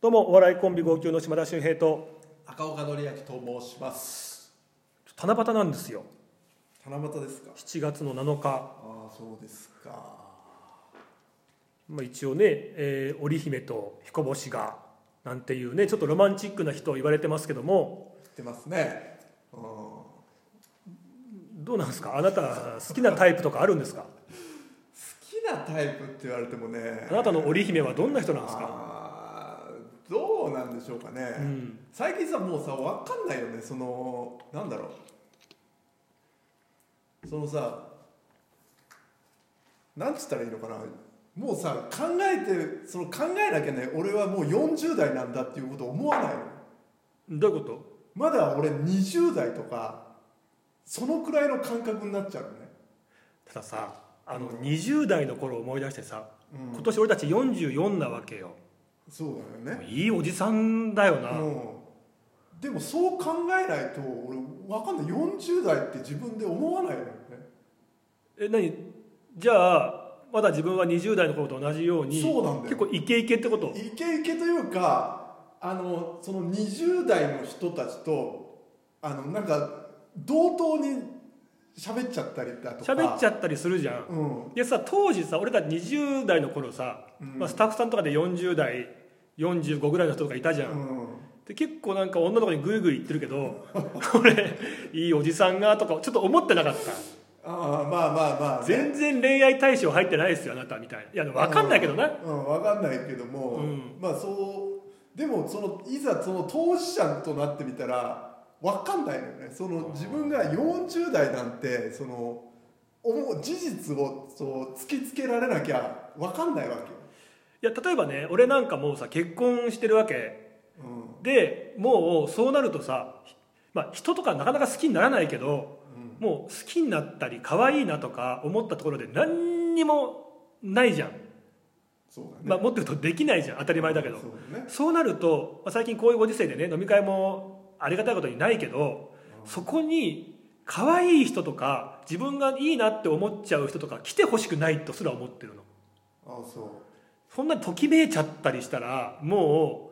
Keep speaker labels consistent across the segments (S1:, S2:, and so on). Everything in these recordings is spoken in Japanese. S1: どうもお笑いコンビ号泣の島田秀平と
S2: 赤岡典明と申します
S1: 七夕なんですよ
S2: 七夕ですか
S1: 7月の7日、
S2: ああそうですか
S1: まあ、一応ね、えー織姫と彦星がなんていうねちょっとロマンチックな人を言われてますけども
S2: 言ってますねうん好
S1: どうなんですかあなた好きなタイプとかあるんですか
S2: きなタイプって言われてもね
S1: あなたの織姫はどんな人なんですか
S2: あーどうなんでしょうかね、
S1: うん
S2: 最近さもうさわかんないよねそのなんだろうそのさなんつったらいいのかなもうさ考えてその考えなきゃね俺はもう40代なんだっていうことを思わないの
S1: どういうこと
S2: まだ俺20代とかそのくらいの感覚になっちゃうのね
S1: たださあの
S2: うん
S1: 20代の頃を思い出してさ、
S2: うん
S1: 今年俺たち44なわけよ、
S2: そうだよ
S1: も
S2: ね
S1: ういいおじさんだよな、
S2: うんでもそう考えないと俺わかんない40代って自分で思わないのよね
S1: え何じゃあまだ自分は20代の頃と同じように
S2: そうなんだ
S1: 結
S2: よ
S1: 構イケイケってこと
S2: イケイケというかあのその20代の人たちとあのなんか同等に喋っちゃったりだとか
S1: 喋っちゃったりするじゃん
S2: うん
S1: でさ当時さ俺たち20代の頃さ、
S2: うん
S1: まあ、スタッフさんとかで40代45ぐらいの人とかいたじゃん、
S2: うん
S1: で結構なんか女の子にグイグイ言ってるけど 俺いいおじさんがとかちょっと思ってなかった
S2: ああまあまあまあね、
S1: 全然恋愛対象入ってないですよあなたみたいないや でも分かんないけどな、
S2: うん、分かんないけども、
S1: うん
S2: まあそうでもそのいざその当事者となってみたら分かんないのよねその自分が40代なんてその思う事実をそう突きつけられなきゃ分かんないわけよ、
S1: いや例えばね俺なんかもうさ結婚してるわけ
S2: うん
S1: でもうそうなるとさ、まあ、人とかなかなか好きにならないけど
S2: うん
S1: もう好きになったり可愛いなとか思ったところで何にもないじゃん、
S2: そうだね、
S1: まあ、もっと言うとできないじゃん当たり前だけど
S2: そうだね
S1: そうなると、まあ、最近こういうご時世でね飲み会もありがたいことにないけどそこに可愛い人とか自分がいいなって思っちゃう人とか来てほしくないとすら思ってるの
S2: ああそう
S1: そんなにときめいちゃったりしたらも
S2: うん
S1: う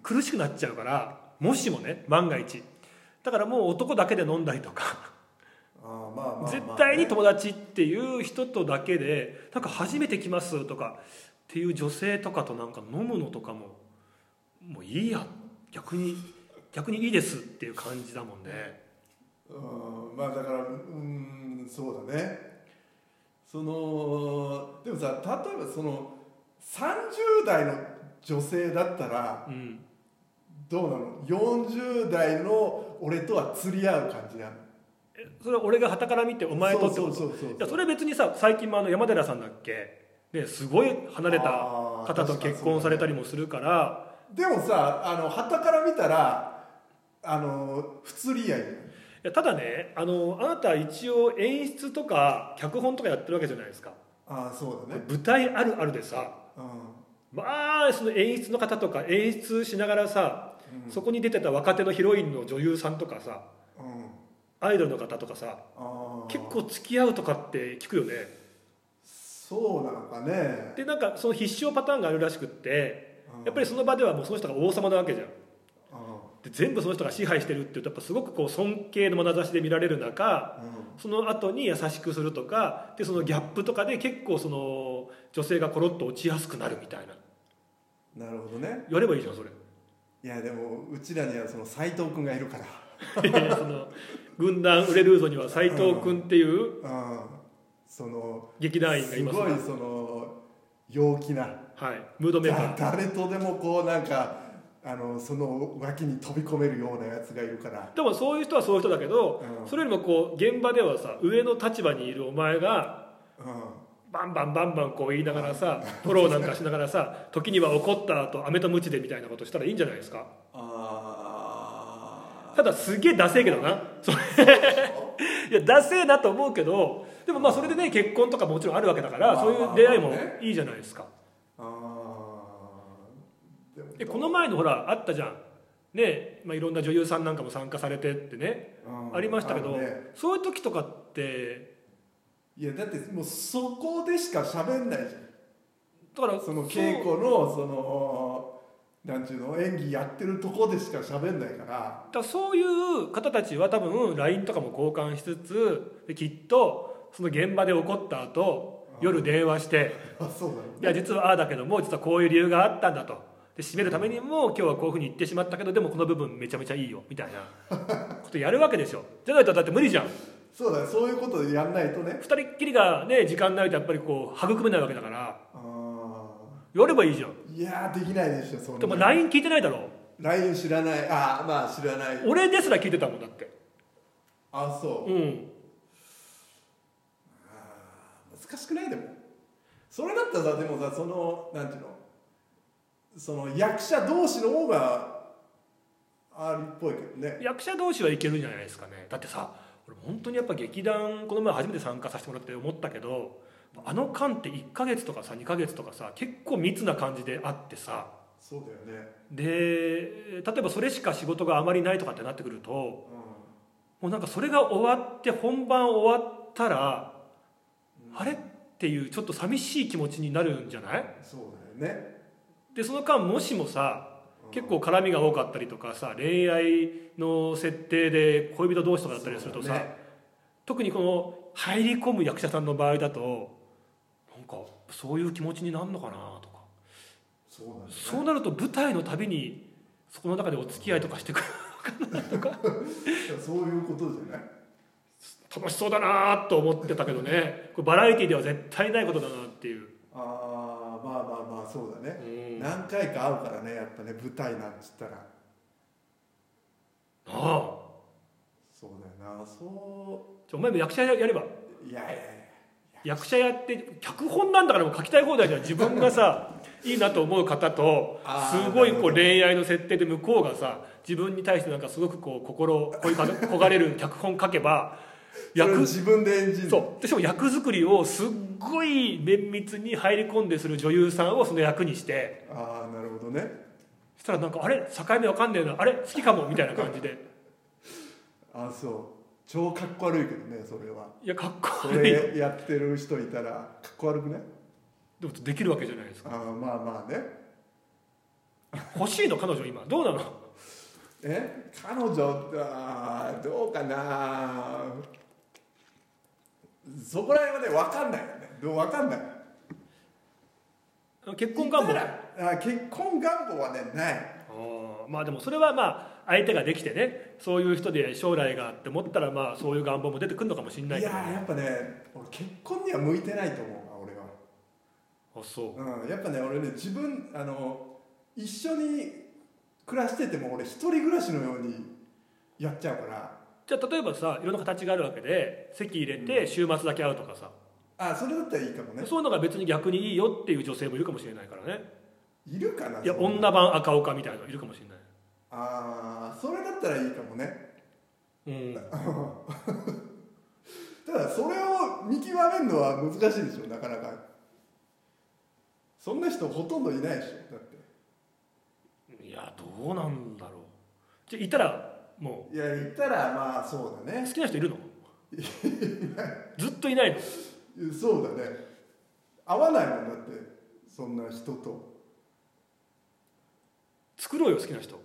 S1: 苦しくなっちゃうからもしもね万が一だからもう男だけで飲んだりとか
S2: ああまあまあまあ、
S1: 絶対に友達っていう人とだけでなんか初めて来ますとかっていう女性とかとなんか飲むのとかももういいや逆に逆にいいですっていう感じだもんね
S2: うんまあだからうんそうだねそのでもさ例えばその30代の女性だったら
S1: うん
S2: どうなの40代の俺とは釣り合う感じなの
S1: えそれは俺が傍から見てお前とってこと
S2: そうそうそうそう
S1: いやそれ別にさ最近もあの山寺さんだっけですごい離れた
S2: あー
S1: 方と結婚されたりもするから
S2: でもさあの旗から見たらあの不釣り合い
S1: いやただねあのあなた一応演出とか脚本とかやってるわけじゃないですか
S2: ああそうだね
S1: 舞台あるあるでさ
S2: う
S1: まあその演出の方とか演出しながらさ、
S2: うん
S1: そこに出てた若手のヒロインの女優さんとかさ
S2: んうん
S1: アイドルの方とかさ
S2: ああ
S1: 結構付き合うとかって聞くよね
S2: そうなのかね
S1: でなんかその必勝パターンがあるらしくって
S2: うん
S1: やっぱりその場ではもうその人が王様なわけじゃん
S2: う
S1: で全部その人が支配してるっていうとやっぱすごくこう尊敬の眼差しで見られる中
S2: んうん
S1: その後に優しくするとかでそのギャップとかで結構その女性がコロッと落ちやすくなるみたいな
S2: なるほどね
S1: やればいいじゃんそれ
S2: いやでもうちらにはその斎藤君がいるから
S1: いやその軍団売れるーゾには斎藤君っていう
S2: うんその
S1: 劇団員がい
S2: す
S1: ます
S2: ごいその陽気な
S1: はいムードメーカ
S2: だ
S1: ー
S2: 誰とでもこうなんかあのその脇に飛び込めるようなやつがいるから
S1: でもそういう人はそういう人だけど、
S2: うん
S1: それよりもこう現場ではさ上の立場にいるお前が
S2: う
S1: バンバンバンバンこう言いながらさフォローなんかしながらさ時には怒った後飴と鞭でみたいなことしたらいいんじゃないですか
S2: あ
S1: ただすげえダセえけどなそれ いやダセえなと思うけどでもまあそれでね結婚とかもちろんあるわけだから、
S2: まあ
S1: そういう出会い
S2: ま
S1: も
S2: あね
S1: いいじゃないですか
S2: あでも
S1: でこの前のほらあったじゃんねまあ、いろんな女優さんなんかも参加されてってね、
S2: うん
S1: ありましたけ
S2: あ
S1: ど、
S2: のね
S1: そういう時とかって
S2: いやだってもうそこでしか喋んないじゃ
S1: だ
S2: ん
S1: から
S2: その稽古のそのなんちゅうの演技やってるとこでしか喋んないから
S1: だからそういう方たちは多分 LINE とかも交換しつつできっとその現場で起こった後夜電話して
S2: あそうだよ
S1: いや実はああだけども実はこういう理由があったんだとで締めるためにも今日はこういうふうに言ってしまったけどでもこの部分めちゃめちゃいいよみたいな ことやるわけでしょじゃないとだって無理じゃん
S2: そうだよそういうことでやんないとね
S1: 二人っきりがね時間ないとやっぱりこう育めないわけだから
S2: あー
S1: やればいいじゃん
S2: いやーできないでしょそん
S1: でも
S2: な
S1: LINE 聞いてないだろ
S2: LINE 知らないあーまあ知らない
S1: 俺ですら聞いてたもんだって
S2: あそう
S1: うん
S2: 難しくないでもそれだったらさでもさそのなんていうのその役者同士の方があるっぽいけどね
S1: 役者同士はいけるんじゃないですかねだってさ俺本当にやっぱ劇団この前初めて参加させてもらって思ったけどあの間って1ヶ月とかさ2ヶ月とかさ結構密な感じであってさ
S2: そうだよね、
S1: で例えばそれしか仕事があまりないとかってなってくるとも
S2: う
S1: うなんかそれが終わって本番終わったら、あれっていうちょっと寂しい気持ちになるんじゃない
S2: ん、そうだよね
S1: でその間もしもさ
S2: うん
S1: 結構絡みが多かったりとかさ恋愛の設定で恋人同士とかだったりすると
S2: そ
S1: さ、
S2: うだよね
S1: 特にこの入り込む役者さんの場合だとなんかそういう気持ちになるのかなとか
S2: そうなんだよね
S1: そうなると舞台のたびにそこの中でお付き合いとかしてくる
S2: いやそういうことじゃない
S1: 楽しそうだなと思ってたけどねこれバラエティでは絶対ないことだなっていう、
S2: ああまあまあまあそうだ
S1: う
S2: ね、
S1: ん、な
S2: 何回か会うからねやっぱね舞台なんつったら
S1: あ
S2: そうだよなそ
S1: じゃあお前も役者やれば
S2: ういやいやい
S1: 役者やって脚本なんだからもう書きたい放題じゃん自分が さいいなと思う方と
S2: あー
S1: すごい
S2: な
S1: こ
S2: るほ
S1: う
S2: ど
S1: 恋愛の設定で向こうがさ自分に対してなんかすごくこう心をこい か焦がれる脚本書けば
S2: やそれを
S1: 役
S2: 自分で演じるの
S1: そうでしかも役作りをすっごい綿密に入り込んでする女優さんをその役にして
S2: ああなるほどね
S1: そしたらなんかあれ境目わかんねえなあれ好きかもみたいな感じで
S2: あそう超かっこ悪いけどねそれはい
S1: やかっ
S2: そ
S1: こいいで
S2: れやってる人いたらかっこ悪くね
S1: もできるわけじゃないですか
S2: あーまあまあね
S1: 欲しいの彼女今どうなの
S2: え彼女あーどうかなそこら辺はね分かんないよねどう分かんない
S1: 結婚願望
S2: いたらあー結婚願望はねない
S1: あーまあでもそれはまあ相手ができてねそういう人で将来があって思ったらまあそういう願望も出てくるのかもしれない
S2: い
S1: け
S2: や
S1: ど
S2: ーやっぱね俺結婚には向いてないと思うな
S1: あそう
S2: 俺はうんやっぱね俺ね自分あの一緒に暮らしてても俺一人暮らしのようにやっちゃうから
S1: じゃあ例えばさいろんな形があるわけで席入れて週末だけ会うとかさ、
S2: あそれだったらいいかもね
S1: そういうのが別に逆にいいよっていう女性もいるかもしれないからね
S2: いるかない
S1: や
S2: そんな
S1: 女版赤岡みたいなのいるかもしれ
S2: ああそれだったらいいかもね
S1: ない、うん、
S2: ただそれを見極めるのは難しいでしょなかなかそんな人ほとんどいないでしょだって
S1: いやどうなんだろうじゃあいたらも
S2: いや言ったらまあそうだ
S1: う
S2: ね
S1: 好きな人いるのずっといないの
S2: そうだね合わないもんだってそんな人と
S1: 作ろうよ好きな人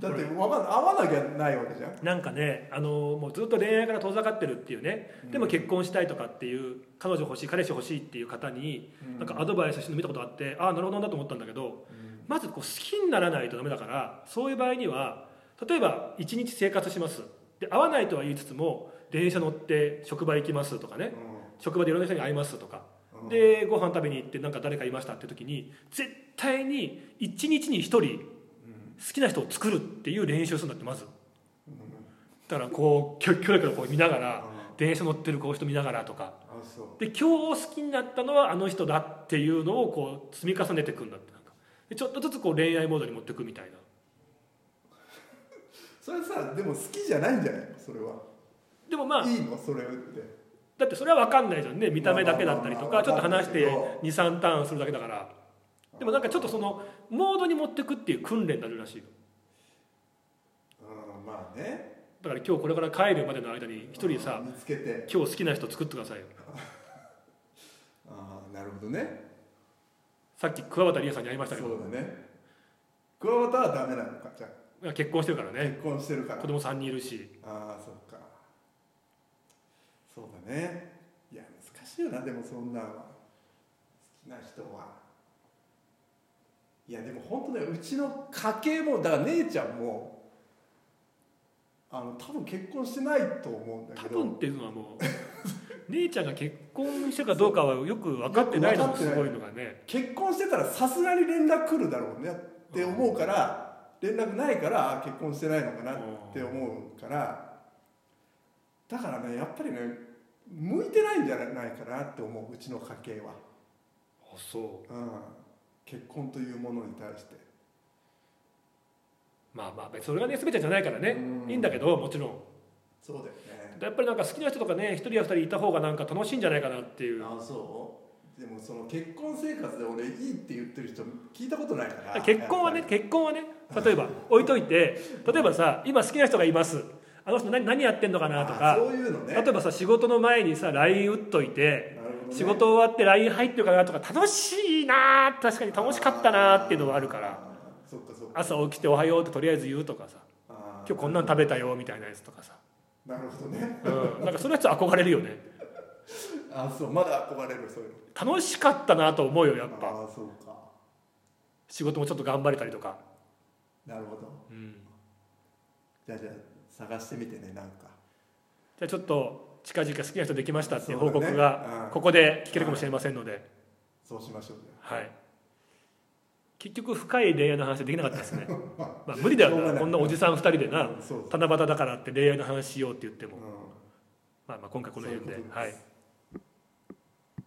S2: だってわかん合わなきゃないわけじゃん
S1: なんかね、あのもうずっと恋愛から遠ざかってるっていうねでも結婚したいとかっていう彼女欲しい彼氏欲しいっていう方に、
S2: うん
S1: なんかアドバイスしてるの見たことあってああなるほどなと思ったんだけど、まずこう好きにならないとダメだからそういう場合には例えば1日生活しますで会わないとは言いつつも電車乗って職場行きますとかね職場でいろんな人に会いますとか
S2: うん
S1: でご飯食べに行ってなんか誰かいましたって時に絶対に1日に1人好きな人を作るっていう練習をするんだってまずだからこうきょ距離からこう見ながら電車乗ってるこう人見ながらとか
S2: あそう
S1: で今日好きになったのはあの人だっていうのをこう積み重ねていくんだってなんかでちょっとずつこう恋愛モードに持っていくみたいな
S2: それさでも好きじゃないんじゃないのそれは、
S1: でもまあ
S2: いいのそれって
S1: だってそれは分かんないじゃんね見た目だけだったりと
S2: ま
S1: か
S2: あ
S1: ちょっと話して
S2: まあまあま
S1: 23ターンするだけだからでもなんかちょっとそのモードに持っていくっていう訓練になるらしいよ
S2: うんまあね
S1: だから今日これから帰るまでの間に一人さ
S2: 見つけて
S1: 今日好きな人作ってくださいよ
S2: ああなるほどね
S1: さっき桑畑理恵さんに会いましたけ
S2: そ
S1: ど
S2: うだね桑畑はダメなのかじゃあ
S1: 結婚してるからね
S2: 結婚してるから
S1: 子供3人いるし
S2: ああそっかそうだねいや難しいよなでもそんなんは好きな人はいやでも本当ねうちの家系もだから姉ちゃんもあの多分結婚してないと思うんだ
S1: 多
S2: けど
S1: 分っていうのはもう 姉ちゃんが結婚してるかどうかはよく分かってないの
S2: よ
S1: が
S2: く分かって
S1: す
S2: ない
S1: ごいのがね
S2: 結婚してたらさすがに連絡来るだろうねって思うから、連絡ないからあ結婚してないのかなって思うからだからねやっぱりね向いてないんじゃないかなって思ううちの家系は、
S1: あそ
S2: うん、結婚というものに対して
S1: うまあまあ別にそれがね全てじゃないからね
S2: うん
S1: いいんだけどもちろん
S2: そうだよね
S1: やっぱりなんか好きな人とかね一人や二人いた方がなんか楽しいんじゃないかなっていう
S2: あそうでもその結婚生活で俺いいって言ってる人聞いたことないから
S1: 結婚はね
S2: やっ
S1: 結婚はね例えば置いといて例えばさ今好きな人がいますあの人何何やってんのか
S2: ぱり
S1: なと
S2: あ
S1: か
S2: そういうのね
S1: 例えばさ仕事の前にさ LINE 打っといて
S2: なるほどね
S1: 仕事終わって LINE 入ってるかなとか楽しいなー確かに楽しかったなーっていうのはあるから
S2: あーそっかそっか
S1: 朝起きて「おはよう」ってとりあえず言うとかさ
S2: あ
S1: 「
S2: ー
S1: 今日こんなん食べたよ」みたいなやつとかさ、
S2: なるほど ね
S1: うん、なんかそのやつ憧れるよね
S2: あそうまだ憧れるそういうの
S1: 楽しかったなと思うよやっぱ
S2: ああそうか
S1: 仕事もちょっと頑張れたりとか、
S2: なるほど
S1: うん、
S2: じゃあじゃあ探してみてねなんか
S1: じゃあちょっと近々好きな人できましたっていう
S2: そう
S1: 報
S2: だね
S1: 告が
S2: うん
S1: ここで聞けるかもしれませんので、
S2: そうしましょうね
S1: はい、結局深い恋愛の話できなかったですね、まあ、無理だ
S2: しょう
S1: よ
S2: がな
S1: ないこんなおじさん2人でな
S2: うんそう
S1: 七夕だからって恋愛の話しようって言って
S2: う
S1: も、
S2: ん
S1: まあ、まあ今回この辺で
S2: そういうこと
S1: は
S2: で
S1: い
S2: す